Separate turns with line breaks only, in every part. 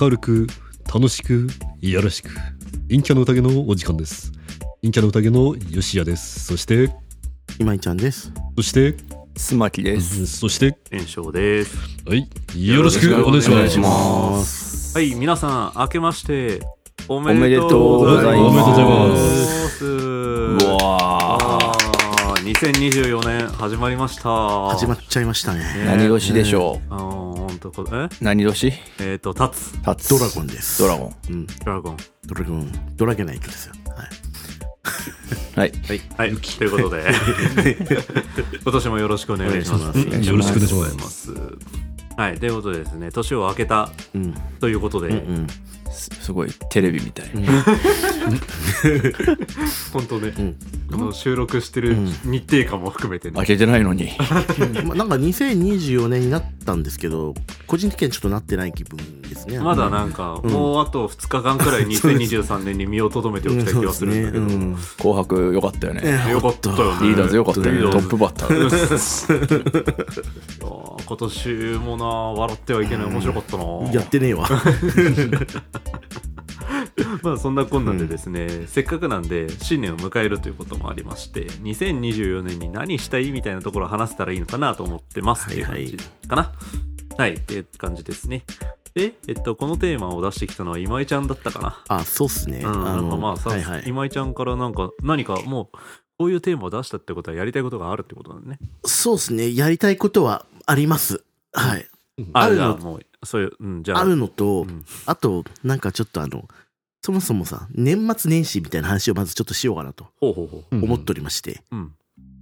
明るく楽しくいやらしく陰キャの宴のお時間です陰キャの宴の吉谷ですそして
今井ちゃんです。
そして
すまきです。
そして
炎症です。
はいよろしくお願いし
お願
ま
い
す
し
ます。
はい、皆さん、明けまして、おめ
め
で
で
と
と
う
う
ご
ご
ざ
ざ
い
い
ま。
ますすう
う
わ
あー2024年始まりました。
始まっちゃいました
ー
ね。
何年でしょ
あのー、ほんとこ、え
う何年
えっ、ー、と、タツ、
タツ
ドラゴンです。
ドラゴン。
うん、
ドラゴン。
ドラゴン、ドラゲナイトですよ。はい。
はい。
はい。はい、ということで、今年もよろしくお願いします。。
お願
いしますよろしくお願いします
はい、ということでですね、年を明けた
うん、
ということで、
うん、
すすごいテレビみたい。
本当ね、
ん
この収録してる日程感も含めてね、
負けてないのに。
まあなんか2024年になったんですけど、個人的にはちょっとなってない気分ですね。
まだなんか、もうあと2日間くらい2023年に身をとどめておきたい気がするんだけど、
うんそうで
紅白良かったよね。
よかったよね
リーダーズ良かったよね。
リーダ
ト
ーズ
ップバッター。
いやー今年もな笑ってはいけない面白かったな、
やってねえわ。
まあそんなこんなんでですね、せっかくなんで新年を迎えるということもありまして2024年に何したいみたいなところを話せたらいいのかなと思ってますっていう
はいは
感
い
じかなはい、っていう感じですねで、えっと、このテーマを出してきたのは今井ちゃんだったかな
あ、そうっすね。
うん、なんかまあさ、
はいはい。
今井ちゃんからなんか何かもうこういうテーマを出したってことはやりたいことがあるってことなんだね。
そうっすね。やりたいことはあります。はい。
あ
ある
じゃあ
の
もうそういう、うん、じゃあ
あるのと
うん、
あと、なんかちょっとあの、そもそもさ、年末年始みたいな話をまずちょっとしようかなと
ほうほうほ
思っておりまして。
う。うん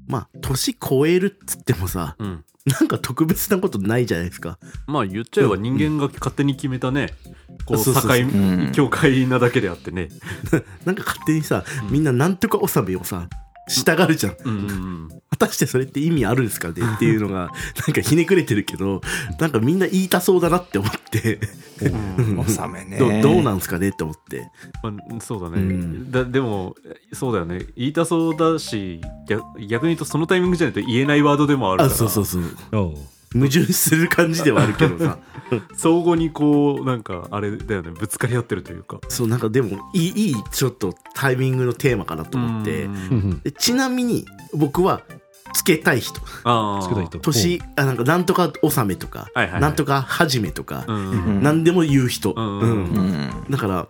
まあ、年超えるっつってもさ、
うん、
なんか特別なことないじゃないですか。
まあ言っちゃえば人間が勝手に決めたね、こう
そうそうそう
境
うん
境界なだけであってね、
なんか勝手にさ、みんななんとか納めをさ、したがるじゃん。
うんうんうん、
果たしてそれって意味あるんですかね っていうのが、なんかひねくれてるけど、なんかみんな言いたそうだなって思って、
納めね。
どどうなんですかねって思って。
まあ、そうだね、
うん
だでもそうだよね言いたそうだし逆逆に言うとそのタイミングじゃないと言えないワードでもあるか
あ、
ら
そうそうそう。
おう
矛盾する感じではあるけどさ。
相互にこうなんかあれだよねぶつかり合ってるというか。
そう、なんかでも、いい、いい、ちょっとタイミングのテーマかなと思って
うん。うん
う
うん
うんん
でちなみに、僕は、つけたい人。
あー
つけたいと
年、あなんか、なんとか納めとか、
はいはいはい
なんとか始めとか
う、んうん
うん
なんでも言う人。
うん
うん
うん。
だから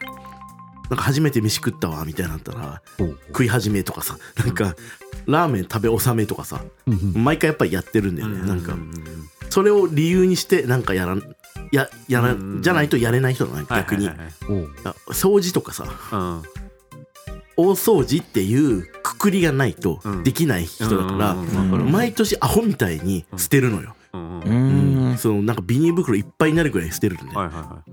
なんか初めて飯食ったわみたいになったら
おう
食い始めとかさなんかラーメン食べ納めとかさ
うんうん
毎回やっぱりやってるんだよね、
う
なんか
ううん
それを理由にしてなんかやらんややら、
うん
じゃないとやれない人だね逆に、
はいはいはい
おう
あ掃除とかさ
はい
大掃除っていうくくりがないと
うん
できない人だから、
うん
うんうんうん
毎年アホみたいに捨てるのよ、
うんうん
う
うん
ん。
そのなんかビニール袋いっぱいになるぐらい捨てるのね、
はいはいはい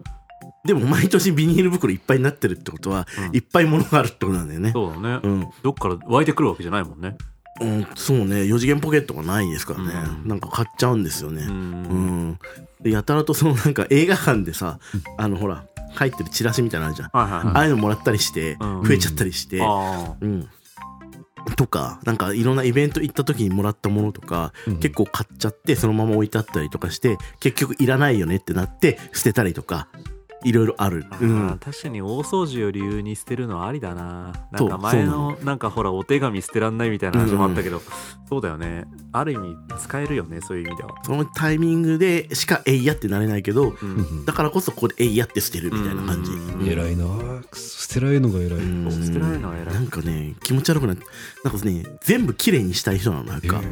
でも毎年ビニール袋いっぱいになってるってことは、
うん
いっぱい物があるってことなんだよね
そうだね、
うん
どっから湧いてくるわけじゃないもんね
うん、そうね4次元ポケットがないですからね、
うん
なんか買っちゃうんですよね
う
うんん、でやたらとそのなんか映画館でさあのほら入ってるチラシみたいなのあるじゃん、
はいはい
あ
はい
あいうのもらったりして、
うん
増えちゃったりして、
あ
うんとかなんかいろんなイベント行った時にもらったものとか、
うん
結構買っちゃってそのまま置いてあったりとかして結局いらないよねってなって捨てたりとかいろいろある、
ー
うん
あー確かに大掃除を理由に捨てるのはありだなな
そ
ん
う
か前
そう
のなんかほらお手紙捨てらんないみたいな話もあったけど、そうだよねある意味使えるよねそういう意味では
そのタイミングでしかえいやってなれないけど
うん
うん
だからこそここでえいやって捨てるみたいな感じ、
うん
うん偉いなくそ捨てられるのが偉い
うん
そう捨てられるのは偉い
なんかね気持ち悪くなってなんかね全部綺麗にしたい人なのなんか、
え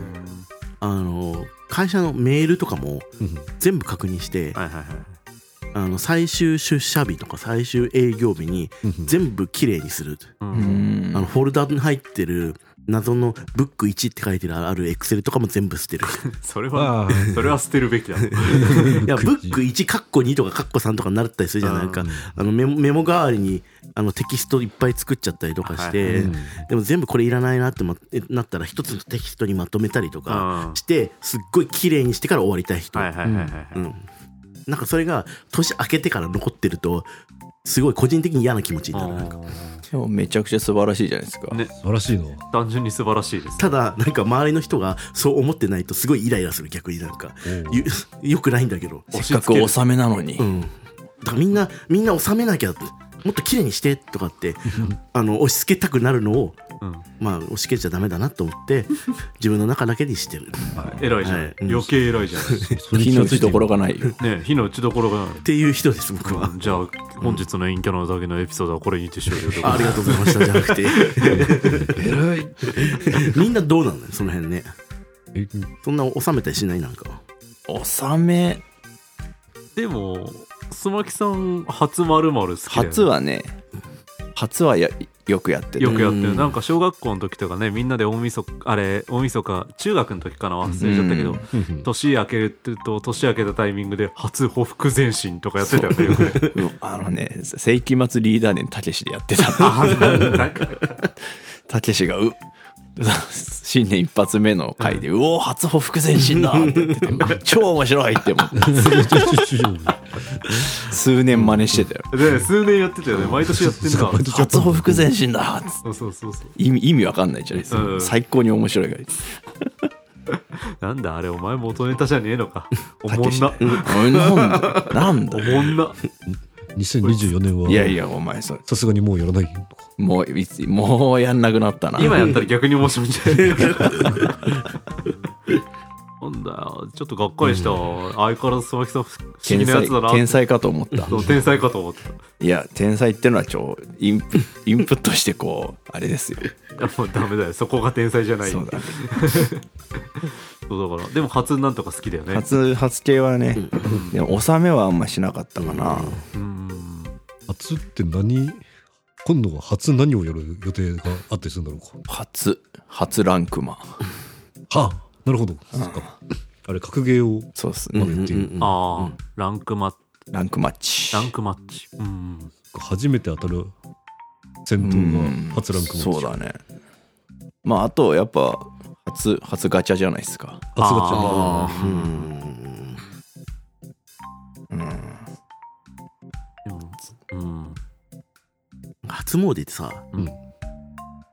あの会社のメールとかも
うん
全部確認して、
はいはいはい
あの最終出社日とか最終営業日に
うん
全部綺麗にする、
う
う
んん
あのフォルダに入ってる謎のブック1って書いてるあるエクセルとかも全部捨てる
それは
わあ
それは捨てる べきだ
いやブック
い
1カッコ2とかカッコ3とかになったりするじゃないか、
う
あのメモメモ代わりにあのテキストいっぱい作っちゃったりとかして、
うん
でも全部これいらないなってまなったら一つのテキストにまとめたりと
う
か
ん
してすっごい綺麗にしてから終わりたい人、
はいはいはいはいはい、
うん、なんかそれが年明けてから残ってるとすごい個人的に嫌な気持ちになるなんか
でもめちゃくちゃ素晴らしいじゃないですか。
ね
素晴らしいな
単純に素晴らしいです
ただなんか周りの人がそう思ってないとすごいイライラする逆になんかよよくないんだけど
せっかく納めなのに
う。んだかかみんなみんな収めなきゃもっと綺麗にしてとか ってあの押し付けたくなるのを
うん
まあ押し付けちゃダメだなと思って自分の中だけにしてるっ
偉いじゃん、
はい
余計偉い じゃんね
それに
火
気
の
を
つ
つ
い
い
と
て
ころがないよ。
え火の打ちどころがない
ていう人です僕は
うんじゃあ本日の陰キャの宴のエピソードはこれにて終了でございます
ありがとうございましたじゃなくて
偉い
みんなどうなのよその辺ね
え
そんな収めたりしないなんか
納め、
でも須磨木さん初まる好きだよね
初はね、初はやよくやって
よ
る。
くやって
う
る
ん
なんか小学校の時とかねみんなで大晦日あれ大晦日中学の時かな忘れちゃったけど、
うん
ふんふん
年明けると年明けたタイミングで初ほふく前進とかやってたよねよくね
うんあのね、世紀末リーダー年、たけしでやってた。
なんか
たけしが、う、新年一発目の回で、うおー、初歩復前進だって 言ってて、超面白いって思って、数年真似してたよ。
で数年やってたよね毎年やってんだ
初歩復前進だっつって
そうそうそうそう
意味意味わかんないじゃないですか、
うん
最高に面白いがいい
なんだあれお前元ネタじゃねえのかお
た
も
け
ん
し
な
うんなんだなんだ
おもんな
2024年はい
やいやお前それ
さすがにもうやらない
もういつもうやんなくなったな
今やったら逆に面白いんじゃないか なんだよちょっとがっかりしたわ、相変わらず佐々木さん不思議
天
なや
才
つだな
天才かと思った
そう天才かと思ってたい
いや天才ってのは超イン プインプットしてこうあれですよ
やもうダメだよそこが天才じゃない
そうだ
そうだからでも初なんとか好きだよね
初初系はねでも納めはあんましなかったかな、
うん
初って何今度は初何をやる予定があったりするんだろう
初初ランクマン
かはあなるほどそっかあれ格ゲーを
そうっす
うん
ね、
うんうん
ああ、ランクマ
ランクマッチ
ランクマッチうん
初めて当たる戦闘が初ランクマッチ
そうだねまああとやっぱ初初ガチャじゃないです
初
か
ガチャ
あ
う
ー
ん
うん
でもうん
初詣ってさ、
うん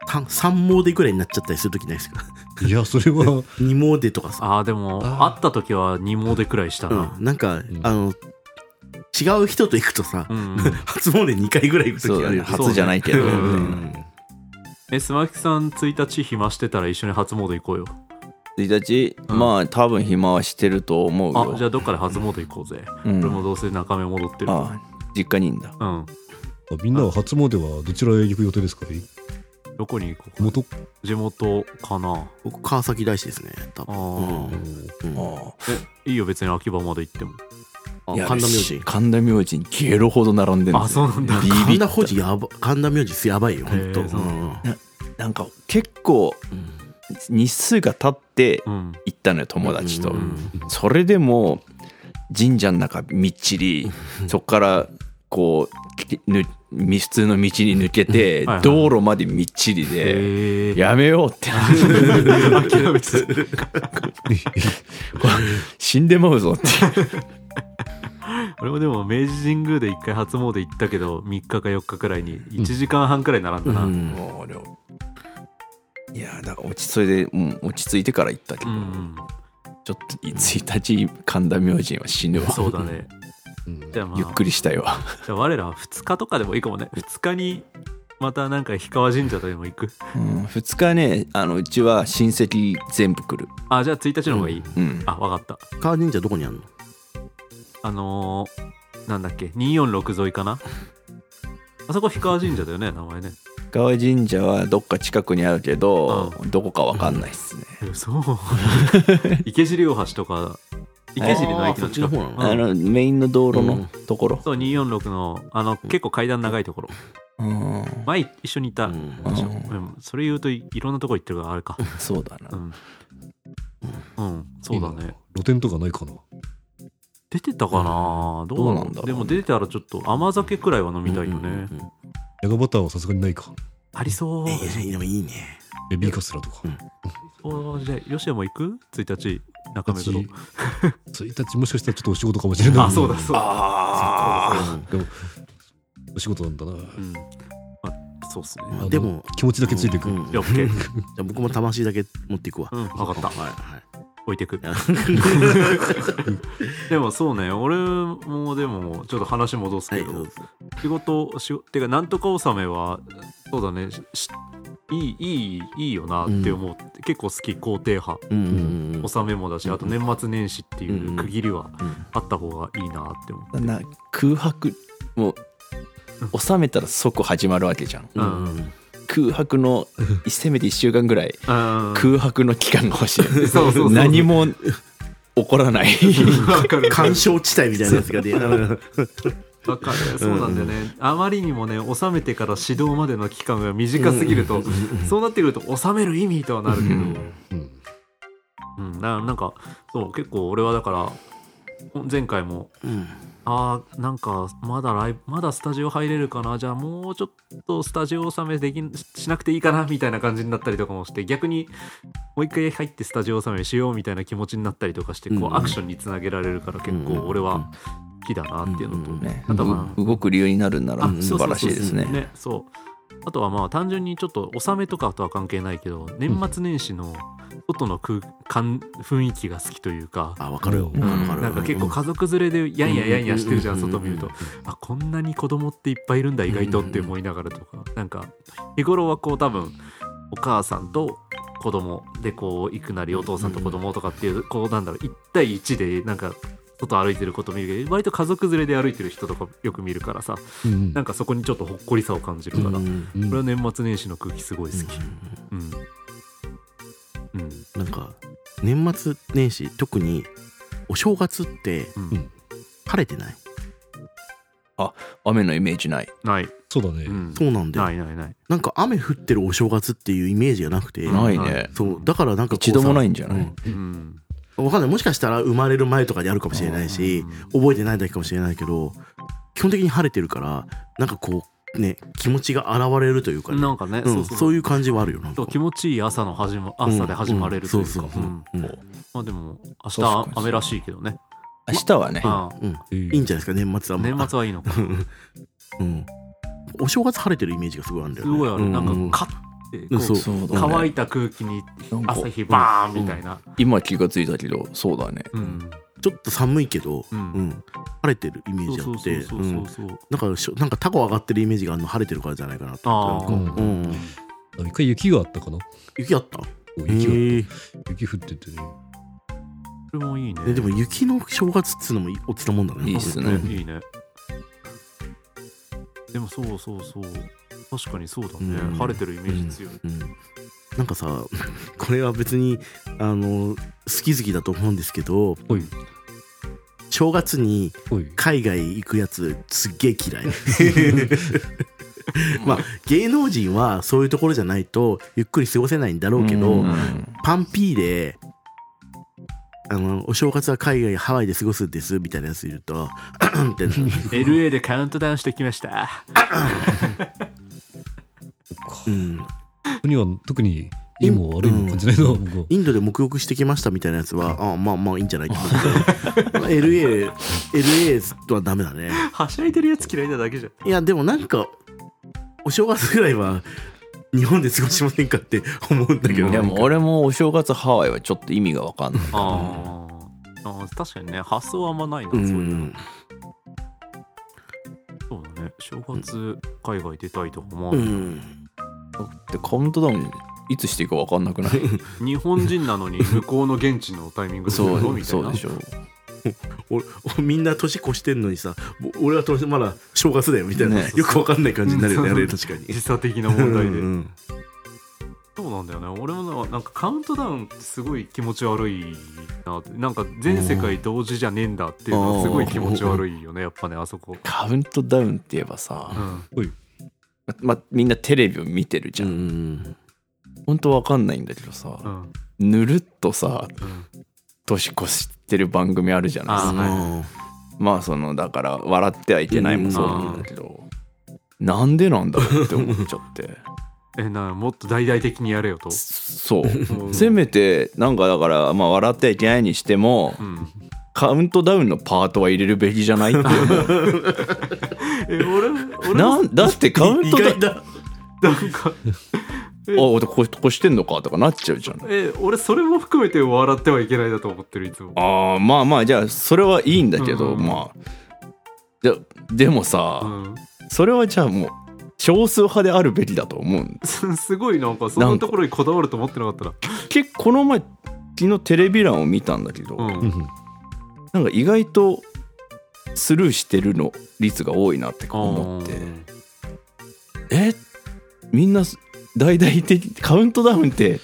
三三詣ぐらいになっちゃったりするときないです か
いやそれは
二詣とかさ、
ああでも
あー
会った時は二毛でくらいしたな
うん、なんか、
ん
あの違う人と行くとさ、
うん、
初詣2回ぐらい行くと
そ
き
う
あ
だ
る
ね
よね
初じゃないけど
そう
み
だ
た
ね
い
う
初
なん
え須磨木さん1日暇してたら一緒に初詣行こうよ
1日
うん
まあ多分暇はしてると思うよ
あじゃあどっかで初詣行こうぜ、
うん
俺もどうせ中目戻ってる
あ実家にいんだ
うん
みんなは初詣はどちらへ行く予定ですか
どこに行こうか
元
地元かな
僕川崎大師ですね多
あ
分
ー、
うん
あ
えいいよ別に秋葉まで行っても
あ
いや
神田明神
神田明神にゲロほど並んでる
あそうなん だ
ビビ
神
っ
田
た
明神やば神田明神やばいよ本当、
へーそううん
なんか結構日数が経って
うん
行ったのよ友達と
うん
それでも神社の中みっちりそこからこうきぬ普通の道に抜けて
はいはい
道路までみっちりで
ええ
やめよう ってなって
諦めて
死んでまうぞって
俺もでも明治神宮で一回初詣行ったけど3日か4日くらいに1時間半くらい並んだな、うん
もう俺いやだから落ちそれで、うん、落ち着いてから行ったけど、ちょっと1日神田明神は死ぬわ
そうだねじゃあまあ
ゆっくりしたいわ
じゃあ我ら2日とかでもいいかもね2日にまたなんか氷川神社とでも行く
うん、2日ねあのうちは親戚全部来る
あじゃあ1日の方がいい、
うん
あわかった
川神社どこにあるの
あのー、なんだっけ246沿いかなあそこ氷川神社だよね名前ね
川神社はどっか近くにあるけど、どこかわかんないっすね、
えそう池尻大橋とか池尻の駅の近く
あーそっちの方なの
うん
あのメインの道路
うん
のところ、
そう246のあの結構階段長いところ
うん
前一緒にいた、
うん
あ
でもそれ言うといいろんなとこ行ってるからあれか
そうだな、
うん、うん、そうだね
露店とかないかな
出てたかなどう
どうなんだろうね
でも出てたらちょっと甘酒くらいは飲みたいよね、
うんうん
ヤガバターはさすがにないか
ありそう
うんえーでもいいね
ベビーカステラとか
おーじゃあ吉野も行く ?1 日中目黒
1日もしかしたらちょっとお仕事かもしれない
あそうだそうだ
あ
でもお仕事なんだな
うんあそうっすね
うんでも
気持ちだけついていく
うんうん
いや OK
じゃあ僕も魂だけ持っていくわ
うん分かった
はいはい
置いてく でもそうね俺もでもちょっと話戻す
は
け
い
ど、
どうぞ
仕事仕事てかなんとか納めはそうだねししいいいいいいよなって思って、結構好き肯定派
うんうんうん
納めもだしあと年末年始っていう区切りはあった方がいいなって思って、
な空白もう収めたら即始まるわけじゃん
うんうん
空白のせめて1週間ぐらい
うん
空白の期間が欲しい
そうそうそう
何も起こらない
わかる
干渉地帯みたいなやつ がね
わかるそうなんだよね、あまりにもね収めてから指導までの期間が短すぎると、そうなってくると収める意味とはなるけど、
うん
うん、ななんかそう結構俺はだから前回も
うん
あーなんかまだライブまだスタジオ入れるかなじゃあもうちょっとスタジオ納めできんししなくていいかなみたいな感じになったりとかもして逆にもう一回入ってスタジオ納めしようみたいな気持ちになったりとかしてこ
うん
うアクションにつなげられるから結構俺は好きだなっていうのと、
うんうん
ね
あとは
う動く理由になるんなら
あ
素晴らしいですね
ねそうあとはまあ単純にちょっと納めとかとは関係ないけど年末年始の外の空間雰囲気が好きというか、
あ分かるよ
う
分
ん
かる分かる
なんか結構家族連れでやんややんやしてるじゃん
うん
外見るとあこんなに子供っていっぱいいるんだ意外とって思いながらとかなんか日頃はこう多分お母さんと子供でこう行くなりお父さんと子供とかっていうこうなんだろう1対1でなんか外歩いてること見るけど割と家族連れで歩いてる人とかよく見るからさ
うん
なんかそこにちょっとほっこりさを感じるから、
うん
こ
うん
うん
れは年末年始の空気すごい好き。うん、うん、
なんか年末年始特にお正月って
うん、
晴れてない
雨のイメージない
ない、
そうだね、
うん、
そうなんだよ
ないないない。
なんか雨降ってるお正月っていうイメージがなくて
ない
な
ね
そうだからなんかこうさ
一度もないんじゃない
うん、
うんわかんないもしかしたら生まれる前とかにあるかもしれないし覚えてないだけかもしれないけど基本的に晴れてるからなんかこうね気持ちが現れるというかね
なんか
う
ね、
ん
そ
そ
うそううそう
いう感じはあるよなんか
気持ちいい朝の始ま朝で始まれるというか、
うんうんそうそうそう
うん
うん
まあでも明
確か
日
に
雨らしいけどね。
明日はね
ああ
いいんじゃないですか年末はもう
年末はいいのか。
うんお正月晴れてるイメージがすごいあるんだ
す
よね
ごいある。
う
なんかカッてこ
う
うん
そう
そうだね
乾いた空気に
なんか
朝日バーンみたいな。
今気がついたけどそうだね
うん。
ちょっと寒いけど、う
うんん
晴れてるイメージあ
そう
っ
そう
て
そううそ
ん
うそう。
なんかしょなんかタコ上がってるイメージがあるの晴れてるからじゃないかなと
あ
思ってな
あ
んかうんうん
あ一回雪があったかな
雪あった
お
へ
雪が
え
雪降っててね
それもいいね。
ねでも雪の正月っつうのも落ちたもんだね
いいっすね
ねいいね。でもそうそうそう。確かにそうだね。
うん
晴れてるイメージ強い。
うんなんかさ これは別にあの好き好きだと思うんですけど
おい
正月に
おい
海外行くやつすっげえ 嫌いまあ芸能人はそういうところじゃないとゆっくり過ごせないんだろうけど、
うん
パンピーで、あの、お正月は海外、ハワイで過ごすんです、みたいなやついると、 って なる
LA でカウントダウンしてきました。
うん。
ここには特にいいも悪いも感じないな、
うん
僕は
インドで沐浴してきましたみたいなやつは、ああまあまあいいんじゃないけど、LA、LA とはダメだね。
はしゃいでるやつ嫌いなだけじゃん。
いや、でもなんか、お正月ぐらいは、日本で過ごしませんかって 思うんだけど、
でも
なんか
俺もお正月ハワイはちょっと意味が分かんない
あーあー確かにね発想はあんまないな、
う、
そういうんそうだね正月海外出たいとかも、
うん、
でカウントダウンいつしていいか分かんなくない
日本人なのに向こうの現地のタイミングする
そ
の
う
みたい
そう
な
でしょ
俺みんな年越してんのにさぼ俺は年まだ正月だよみたいな、
ね
よくわかんない感じになるよね、
うん
あれ確かに
時差的な問題で、
うんうん
そうなんだよね俺もなんかカウントダウンってすごい気持ち悪いなってなんか全世界同時じゃねえんだっていうのがすごい気持ち悪いよねやっぱねあそこ、
カウントダウンって言えば
う
さ、
ん、
ままみんなテレビを見てるじゃん、
うん
ほんと分かんないんだけどさ、
うん
ぬるっとさ
うん
年越してる番組あるじゃないです
あ
か
ー
あ
まあそのだから笑ってはいけないもそうなんだけど、なんでなんだろうって思っちゃって
えなもっと大々的にやれよと、
そう
うん
せめてなんかだからまあ笑ってはいけないにしても
うん、
カウントダウンのパートは入れるべきじゃないって思
え俺俺
う
も
なんだってカウン
意
トダウ
外
ン
だ
なんかえ
あ俺ここしてんのかとかなっちゃうじゃん
え俺それも含めて笑ってはいけないだと思ってるいつも
ああまあまあじゃあそれはいいんだけど、
うん
まあじゃでも
う
さ、
ん、
それはじゃあもう少数派であるべきだと思うん
すすごいなんかそんなところにこだわると思ってなかったら
結構この前昨日テレビ欄を見たんだけど、
うん
うん
なんか意外とスルーしてるの率が多いなって思って
うん
えみんな大々的カウントダウンって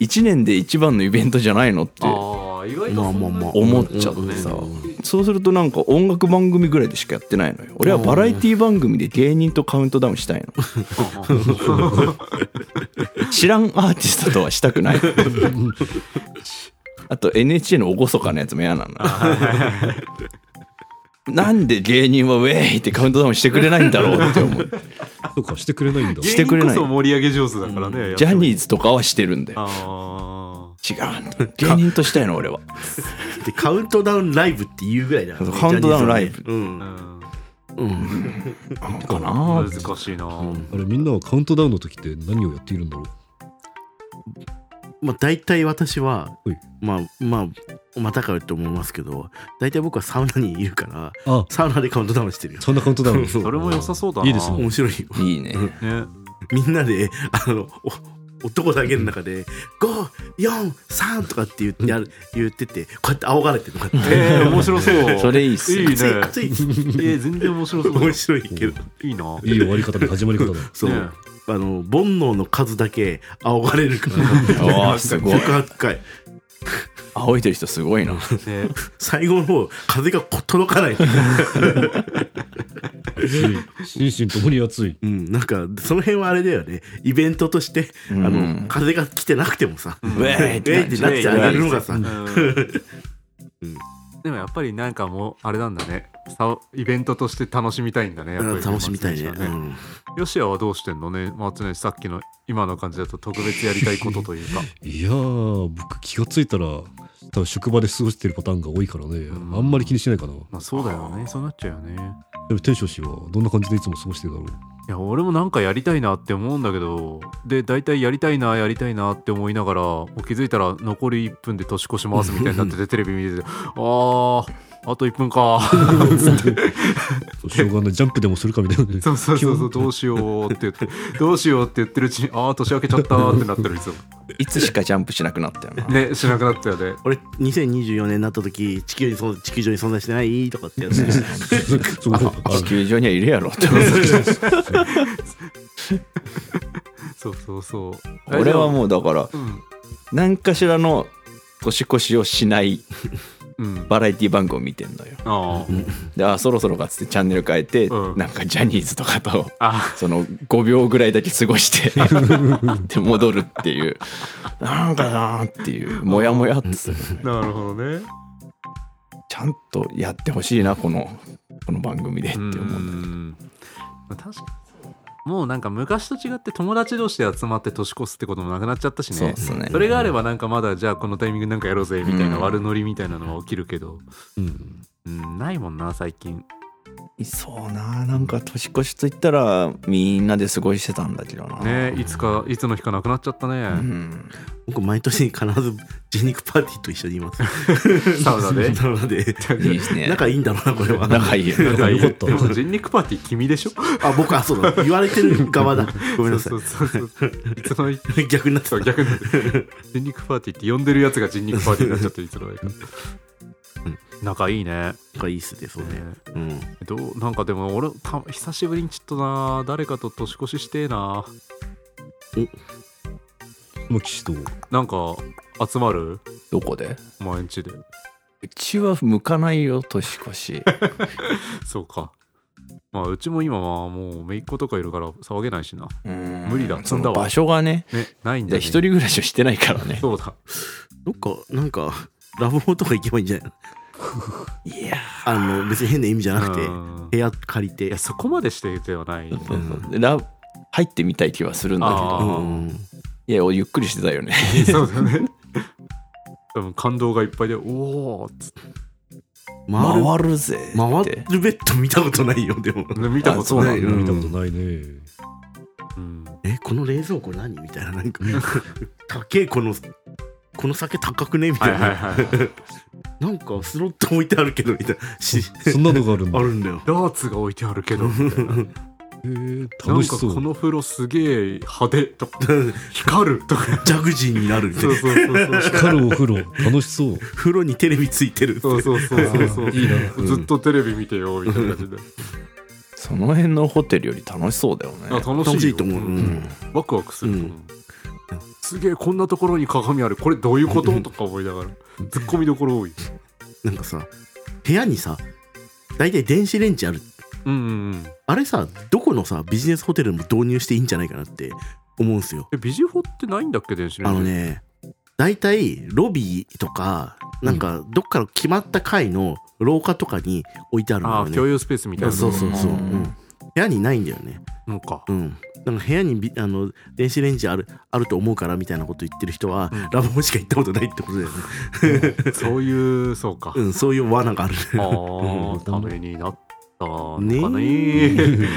1年で一番のイベントじゃないのって
ああ意外
ま
とそ
あま
んな
あまあ
思っちゃってさそうするとなんか音楽番組ぐらいでしかやってないのよ俺はバラエティ番組で芸人とカウントダウンしたいの知らんアーティストとはしたくないあと NHK の厳かなやつも嫌なのなんで芸人はウェイってカウントダウンしてくれないんだろうって思う
そうかしてくれないんだ
してくれない
芸人こそ盛り上げ上手だからね、
ジャニ
ー
ーズとかはしてるんだよ
あ
違うんだ芸人としたいの俺は
でカウントダウンライブっていうぐらいだからね
そうカウントダウンライ
ジ
ブ
ャニーズ
あ、
は
う
ねうんうん
ん、
なんかなーって
難しいな、
あれみんなはカウントダウンの時って何をやっているんだろ
まあ大体私は
はい
まあまあまたかよって思いますけど大体僕はサウナにいるから
うあ
サウナでカウントダウンしてるよ
そんなカウントダウン
そう
それも良さそうだない
いですね
面白いよ
いいね
ね
みんなであのお男だけの中で543とかって言ってやる言っててこうやって仰がれてるのかって
えー、面白そう
それいいっす
いい
よ
ね
熱い熱い
えー、全然面白そう
面白いけど
いいない
い終わり方で始まり方だ
そう、
ね
あの煩悩の数だけ仰がれるから
ああすごい
告白会
仰いでる人すごいな
ね
最後の方風が届かない、
心身ともに熱い
うん、なんかその辺はあれだよねイベントとして、あ
うん
の風が来てなくてもさ
ウェイ
え
っ
っててなってあげるのがさ
うんでもやっぱりなんかもうあれなんだねさイベントとして楽しみたいんだねやっぱり
楽しみたいね、
松
う
根さんね
ん
ヨシアはどうしてんのね松根さっきの今の感じだと特別やりたいこと というか
いやー僕気がついたら多分職場で過ごしてるパターンが多いからねあんまり気にしないかなで
まあそうだよねそうなっちゃうよね
も店長氏はどんな感じでいつも過ごしてるだろう
いや俺もなんかやりたいなって思うんだけどで大体やりたいなやりたいなって思いながらもう気づいたら残り1分で年越し回すみたいになって てテレビ見ててあーあと1分か
そうしょうがないジャンプでもするかみたいな ね
そうそうそうそうどうしようって 言ってどうしようって言ってるうちにああ年明けちゃったーってなってるい つも
いつしかジャンプしなくなったよな
ねしなくなったよね
俺2024年になった時地球にそ地球上に存在してないとかってやつ
そうあ
地球上にはいるやろって
そうそうそう
俺は
う
もうだから
うん
何かしらの年越しをしない
うん
バラエティ番組を見てんのよ
あー
であそろそろかっつってチャンネル変えて、
うん
なんかジャニーズとかと
あ
その5秒ぐらいだけ過ごしてで戻るっていうなんかなーっていうモヤモヤってする
なる ほどね
ちゃんとやってほしいなこのこの番組でって思うんだけど
んまあ確かにもうなんか昔と違って友達同士で集まって年越すってこともなくなっちゃったしね
そうっすね
それがあればなんかまだじゃあこのタイミングなんかやろうぜみたいな
うん
悪ノリみたいなのは起きるけど、
うん
うん、ないもんな最近
そうなーなんか年越しといったらみんなで過ごしてたんだけどな
ねいつかいつの日かなくなっちゃった
う
ね、
ん
僕毎年必ずジェニックパーティーと一緒にいます
サウナで
なので
いいですね
仲いいんだろうなこれは
仲いいよね
仲いい
よかった
でも人肉パーティー君でしょ
あ僕はそうだ言われてる側だごめんなさ
そうそうそうそういつの日
い逆になって
そ
た
う逆に人肉パーティーって呼んでるやつが人肉パーティーになっちゃっていつの間にか仲いいね
仲いいっすねそうね
ね
うん
どうなんかでも俺た久しぶりにちょっとな誰かと年越ししてえな
まあ騎士と
なんか集まる
どこで
お前んちで
うちは向かないよ年越し
そうかまあうちも今はもう姪っ子とかいるから騒げないしな無
無
理だ
そ
そんな
の
わ
場所がね
ねないんだ
で
よ、ね、
一人暮らしをしてないからね
そうだ
どっかなんかラブホとか行けばいいんじゃない
いや
あの別に変な意味じゃなくて
うん
部屋借りて
いやそこまでしてではない
そうそうでラ入ってみたい気はするんだけ
あ
ど
ー
うん
いやゆっくりしてたよね
そうだね多分感動がいっぱいでおおっつって
回る
回るぜって
回るベッド見たことないよでも
見たことない
見
うん
たことないね
うん
えこの冷蔵庫何みたいななんか高えこのこの酒高くねみたいな、
はい。
なんかスロット置いてあるけどみたいなし
そんなのがあるんだ
あ。るんだよ
ダーツが置いてあるけど、みたいななんか
へー楽しそう。
この風呂すげえ派手とか、光るとか。
ジャグジーになるみたい
そう
な
そうそうそう。
光るお風呂楽しそう。
風呂にテレビついてる
そうそうそうそうそう。
いいな
ずっとテレビ見てよみたいな感じで。
その辺のホテルより楽しそうだよね
あ楽しい
楽
よ
しいと思う、うん
ワクワクすると思う、
うん
すげえこんなところに鏡あるこれどういうこと
うん
とか思いながらツッコミどころ多い
なんかさ部屋にさ大体電子レンジある
うんうんうん
あれさどこのさビジネスホテルでも導入していいんじゃないかなって思うんすよ
えビジホってないんだっけ電子レン
あ
ジ
のね大体ロビーとかなんかどっかの決まった階の廊下とかに置いてあるんだ
あ
よね
共有スペースみたいな
そうそうそう、
う
うんん、部屋にないんだよね
のか
うんなんか部屋にびあの電子レンジあるあると思うからみたいなこと言ってる人は、
うん
ラブホしか行ったことないってことだよね、
そういうそうか、
うん、そういう罠があ る
ああためになったのか
ね
な、
うん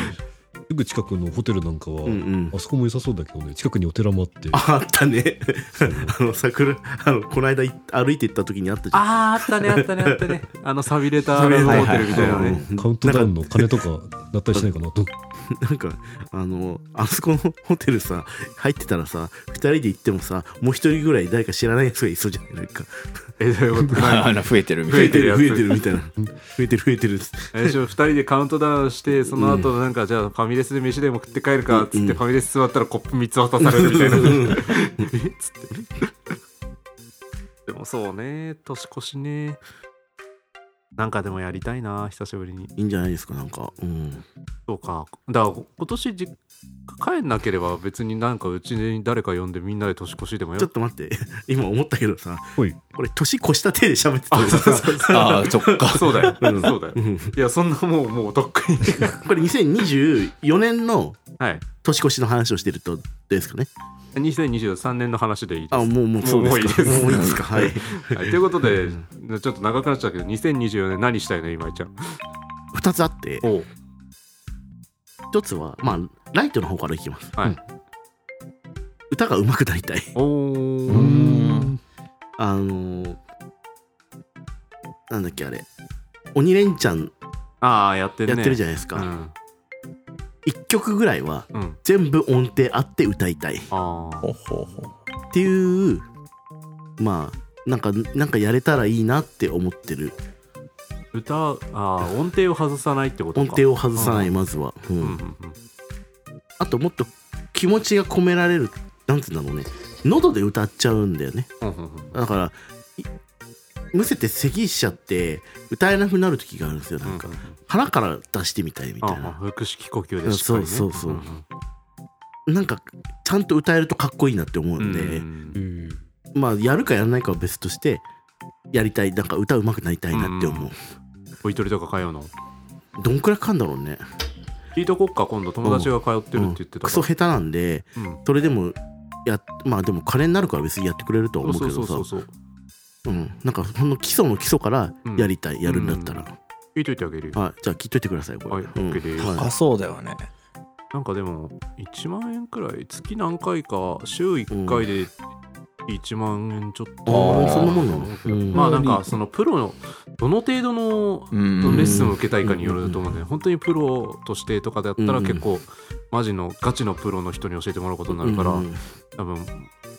すぐ近くのホテルなんかは、
うんうん
あそこも良さそうだけどね近くにお寺もあって
あったね
そう
あの桜あのこの間い歩いてった時にあったじゃん
あああったねあったねあったねあの錆びれた
錆び
ラ
れ
ブ
た
ホテルみたいな
はいはい
ね
はい
カウントダウンの鐘とか鳴ったりしないかなと
なんかあのあそこのホテルさ入ってたらさ2人で行ってもさもう1人ぐらい誰か知らないやつがいそうじゃないなんか
えどういうこと
あ の増えてるみ
増
た
え
いな
てる増え
増
て
えて
る
る
みたいな増えてる増えてる
最初2人でカウントダウンしてその後なんかじゃあファミレスで飯でも食って帰るかっつ
う
っ
んう
て
ん
ファミレス座ったらコップ3つ渡されるみたいなえ っつってでもそうね年越しねなんかでもやりたいな久しぶりに
いいんじゃないですかなんかうん
そうかだから今年実家帰んなければ別になんかうちに誰か呼んでみんなで年越しでもよ
ちょっと待って 今思ったけどさ
ほい
これ年越した手で喋ってた
あ
よ
そうそうそう
ああそっか
そうだよ、そうだよ
うん
いやそんなもうもうとっくに
これ2024年の
はい
年越しの話をしてるとどうですかね
2023年の話でいいです
あもうもうそうですか
もういいです
もういいですか はい
はい、ということで、
う
ちょっと長くなっちゃうけど、2024年何したいの、今井ちゃん。
2つあって
お
1つはまあライトの方からいきます
はい。
歌が上手くなりたい
お
う
お。
ん
あのーなんだっけあれ鬼レンチャン
ああ、やってる
や
ね。
ってるじ
ゃ
ゃないですか、
ん。
1曲ぐらいは
うん。うん。
全部音程あって歌いたいっ
ああ。
ほうほうほう
ていうまあなんかなんかやれたらいいなって思ってる
歌、ああ、音程を外さないってこと
音
か。
程
を。
を外さないまずは、うん
うんうんうん。
あともっと気持ちが込められるなんつうんだろうね喉で歌っちゃうんだよね
うんうんうん
だからいむせて咳しちゃって歌えなくなる時があるんですよなんか、
うんうんうん
腹から出してみたいみたい
あ
な
あ、腹式呼吸でしっかり、
そう
ね。
そうそうん
ん
なんかちゃんと歌えるとかっこいいなって思う
うんん
で、
うん
まあやるかやらないかは別としてやりたいなんか歌うまくなりたいなって思う、
おいとりとか通うの。
どんくらいかかんだろうね、
聞いとこっか、今度友達が通ってるって言ってた
ク
か
ソ
ら。
下手なんで
うん。
それでもやまあでも金になるから別にやってくれるとは思う
そ
け
うそ
ど
う
さ
そうそう。
うんなんかほんの基礎の基礎からやりたい、やるんだったら、
聞いといてあげるよ。
はいじゃあ聞いといてくださいこれ、
はい OK です
はい
高そうだよね
なんかでも1万円くらい月何回か週1回で1万円ちょっと、
あ
う
あ
ん
そんなもんなの、うん
まあなんかそのプロのどの程度の
う
レ
ん
ッスンを受けたいかによると思うんで本当にプロとしてとかだったら
うん
結構マジのガチのプロの人に教えてもらうことになるから
うん
多分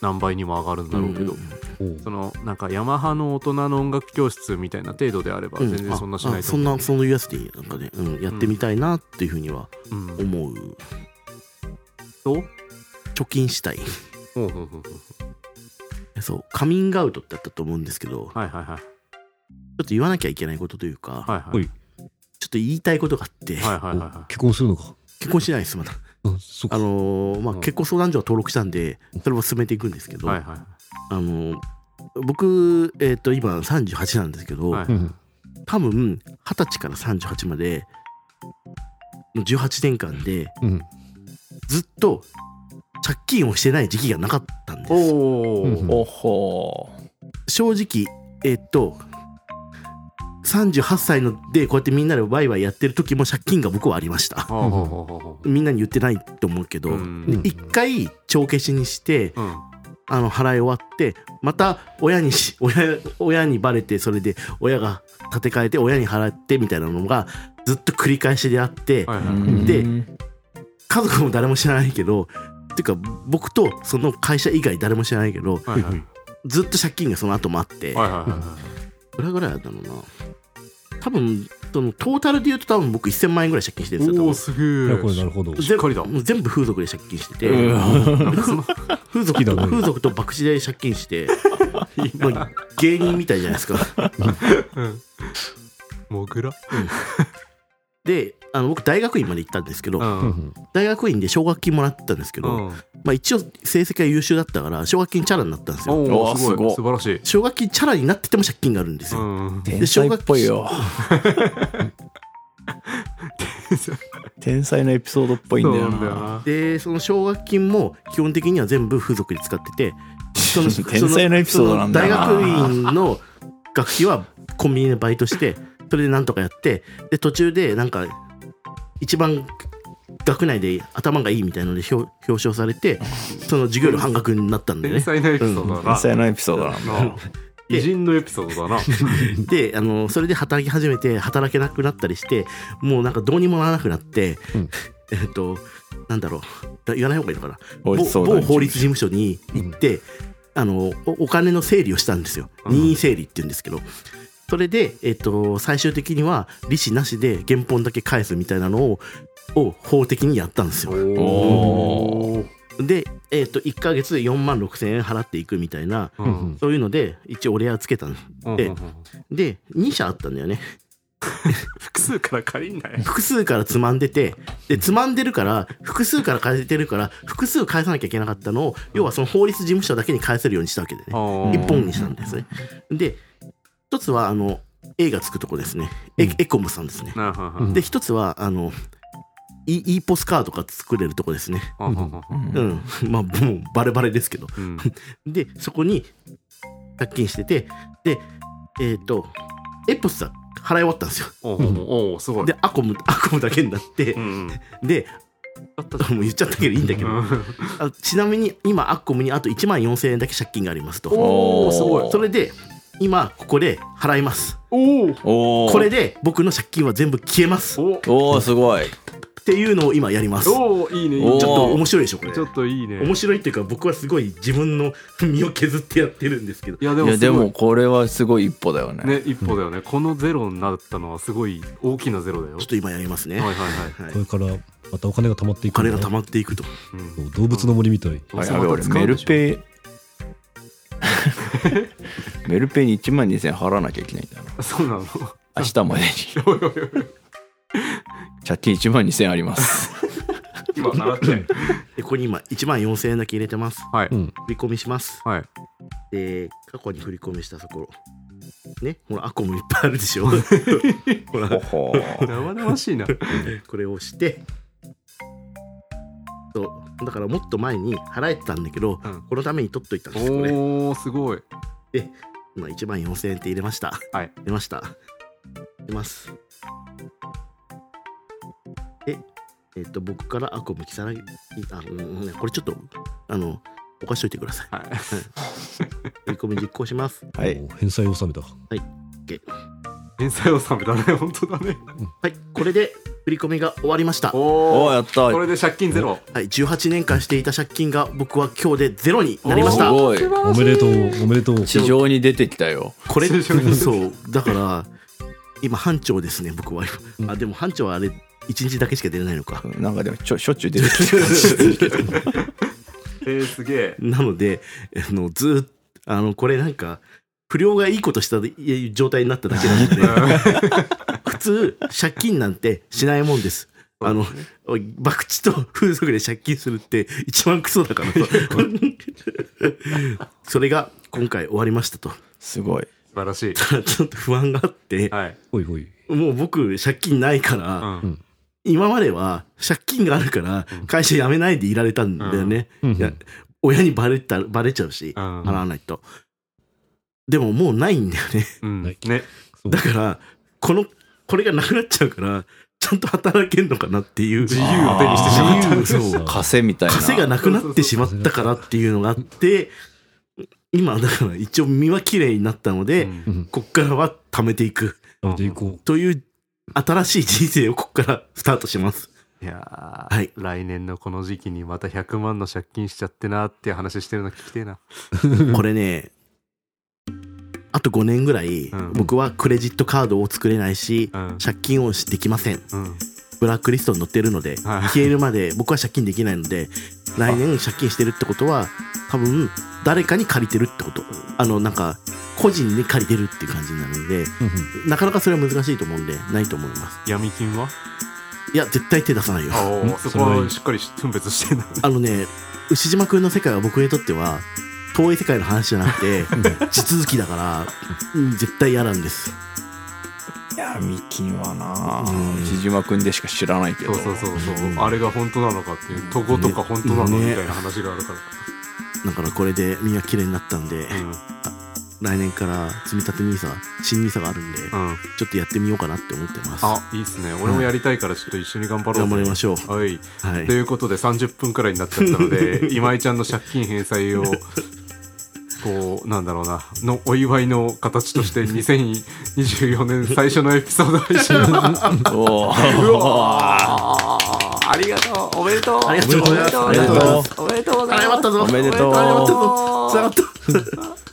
何倍にも上がるんだろうけど
うん
おう
そのなんかヤマハの大人の音楽教室みたいな程度であれば全然そんなしな
あ
いと
そん
思う
なそのやつでいいなんかね、うん、やってみたいなっていうふうには
うん
思う
と
貯金したい
ほうほうほうほ
そうカミングアウトってあったと思うんですけど、
うはいはいはい
ちょっと言わなきゃいけないことというか、
はい
ほ
はい
い
ちょっと言いたいことがあって、
はいはいはいはい
結婚するのか
結婚しないですまだ
あそっ
あ
か
のーまあ、
うん
結婚相談所は登録したんでそれも進めていくんですけど、
はいはい
あのー僕、えっと今38なんですけど、
はい
うんうん
多分二十歳から38までの18年間で
うん
ずっと借金をしてない時期がなかったんです
おお、
うん
おほ
正直えっと38歳のでこうやってみんなでワイワイやってる時も借金が僕はありました
ほうほうほうほうほう
みんなに言ってないと思うけど
うん
一回帳消しにして
うん
あの払い終わってまた親にし 親親にバレてそれで親が立て替えて親に払ってみたいなのがずっと繰り返しであって
はいはい
うん
で家族も誰も知らないけどっていうか僕とその会社以外誰も知らないけど
はいはい
ずっと借金がその後もあって
はいはいはいはい
いくらぐらいだったのな多分そのトータルで言うと多分僕1000万円ぐらい借金してるんですよ多分
す
い
げ
やこれなるほど
しっかりだ
全部もう全部風俗で借金してて、
なんかその
風
好き
俗
だ
と
ね
風俗と博打で借金して まあ、芸人みたいじゃないですか
モグラ
であの僕大学院まで行ったんですけど、
うんん
大学院で奨学金もらってたんですけど、
うん
まあ、一応成績が優秀だったから奨学金チャラになったんですよ
おお
おー
す
すご
ごい
い
素晴らしい
奨学金チャラになってても借金があるんです
う
よ、
ん
天才っぽいよ。 天才のエピソードっぽいんだよ
そうなんだよ
な。
な
でその奨学金も基本的には全部風俗に使って てその
天才のエピソードなんだな。
その大学院の学費はコンビニでバイトしてそれでなんとかやってで途中でなんか一番学内で頭がいいみたいので表表彰されてその授業料半額になったんで
天
ね
才のエピソードだな
天才のエピソードなんだ。
な偉人のエピソードだな
であのそれで働き始めて働けなくなったりしてもうなんかどうにもならなくなって、
うん
えっとなんだろう言わない方がいいのかな
法律
某
相談
某法律事務所に行って、あのおお金の整理をしたんですよ
うん
任意整理って言うんですけど、それで、えっと最終的には利子なしで原本だけ返すみたいなのをを法的にやったんですよ
お
お
で、えっと1ヶ月4万6千円払っていくみたいな
う
うんん
そういうので一応お礼はつけたん
うんうんうん
で2社あったんだよね
複数から借りんなよ
複数からつまんでてでつまんでるから複数から返せてるから複数返さなきゃいけなかったのを要はその法律事務所だけに返せるようにしたわけでね
一
一本にしたんですね。で一つはあの A がつくとこですね、エ
うん
エコムさんですね。
なるほど
うん
で一つはあの E, e ポスカードが作れるとこですね。
うんうんうん
うん
うん、 まあもうバレバレですけど。
うん
でそこに借金しててでえっ、とエポスは払い終わったんですよ。
おーおーすごい
でアコムアコムだけになって
うんうん
で
だった
もう言っちゃったけどいいんだけ
じゃ
ど
ん
あちなみに今アコムにあと1万4000円だけ借金がありますと。
おーすごい
それで今ここで払います。
おー
おー
これで僕の借金は全部消えますっ
お
おーすごい。
ていうのを今やりますちょっ
おーいいねいい
お
ね
ー
ちょっ
と面白いでしょこれ
とちょっといいね
面白いっていうか僕はすごい自分の身を削ってやってるんですけど
いやで
い
も
や
す
で
ごい
もこれはすごい一歩だよね。
ね一歩だよねこのゼロになったのはすごい大きなゼロだよ
ちょっと今やりますね
はい
は
はいいはい
これからまたお金が溜まってい
お
くんだ
金
ね
が溜まっていくと
うん
そう動物の森みたい
どう
はい
せ
やべ
また
俺
使う
メ
んで
ル
しょ
ペイメルペイに1万2000円払わなきゃいけないんだな
そうなの
明日までに借金1万2000円あります
今習って
でここに今1万4000円だけ入れてます
はい
うん
振り込みします
はい
で過去に振り込みしたところねほらアコもいっぱいあるでしょほら
ほ
生々しいな
これを押してそうだからもっと前に払えてたんだけど
うん
このために取っといたんですこれ
おーすごい
今1万4000円って入れました。
はい。
入れました。入れます。で、えっ、と、僕からアコムキサラギ、あ、うんうん、これちょっと、あの、お貸しといてください。
はい
振り込み実行します。
うはい
もう返済を納めた
天才納めだね本当だね
はい、これで振り込みが終わりました。は
お
お
お
ーやった
これで借金ゼロ
い、18年間していた借金が僕は今日でゼロになりました
す。ごい
おめでとうおめでとう
地上に出てきたよ
これ、
通常に
そう、だから、今、班長ですね、僕は。あ、でも班長はあれ、1日だけしか出れないのか。
なんかでもちょしょっちゅう出てき てる
えー、すげ え
なので、あのずーっと、あの、これなんか、不良がいいことしたい状態になっただけなので、 普通、借金なんてしないもんです。あの、博打と風俗で借金するって一番クソだから。 それが今回終わりましたと。
すごい
素晴らしい
ただちょっと不安があって、
はい
おいおい
もう僕、借金ないか
う
ら、
ん
今までは借金があるから、会社辞めないでいられたんだよね。
うん
いや親にバレたらバレちゃうし。
うん
払わないと。でももうないんだよね。
うん
はい
ね
そう
だから、このこれがなくなっちゃうからちゃんと働けんのかなっていう自
由を手にして
しまった
ん
由そう
稼みたいな
稼がなくなってしまったからっていうのがあって今だから一応身は綺麗になったので、
うん
うん
こっからは貯めていく
やっていこう
という新しい人生をここからスタートします
いやー、
はい
来年のこの時期にまた100万の借金しちゃってなーっていう話してるの聞きてえな。
これねあと5年ぐらい
うん
僕はクレジットカードを作れないし
うん。
借金をできません
うん。
ブラックリストに載ってるので
はい
消えるまで僕は借金できないので来年借金してるってことは多分誰かに借りてるってことあのなんか個人に借りてるっていう感じになるので
うんうん
なかなかそれは難しいと思うんでないと思います
闇金はい
や絶対手出さないよ
あ
ん
あ、そこはしっかり分別してんだ。
あのね牛島くんの世界は僕にとっては遠い世界の話じゃなく て地続きだからうん絶対嫌なんです
闇金はな
うん
千島君でしか知らないけ
そ
ど
うそうそうそう、
うん
あれが本当なのかっていう、とことか本当なの
ね
みたいな話があるから。
だからこれで身が綺麗になったんで
うん。
来年から積み立て NISA 新 NISA があるんで
うん。
ちょっとやってみようかなって思ってます
あ、いいっすね。俺もやりたいからちょっと一緒に頑張ろう。
頑張りましょう
う。はい。
はい
ということで30分くらいになっちゃった ので今井ちゃんの借金返済をこうなんだろうなのお祝いの形として2024年最初のエピソード配信う
おー
わーありがとうおめでとう
ありがとうございます
おめでとうございますおめでとうございます
謝ったぞ謝
おめでとう
ったぞつながった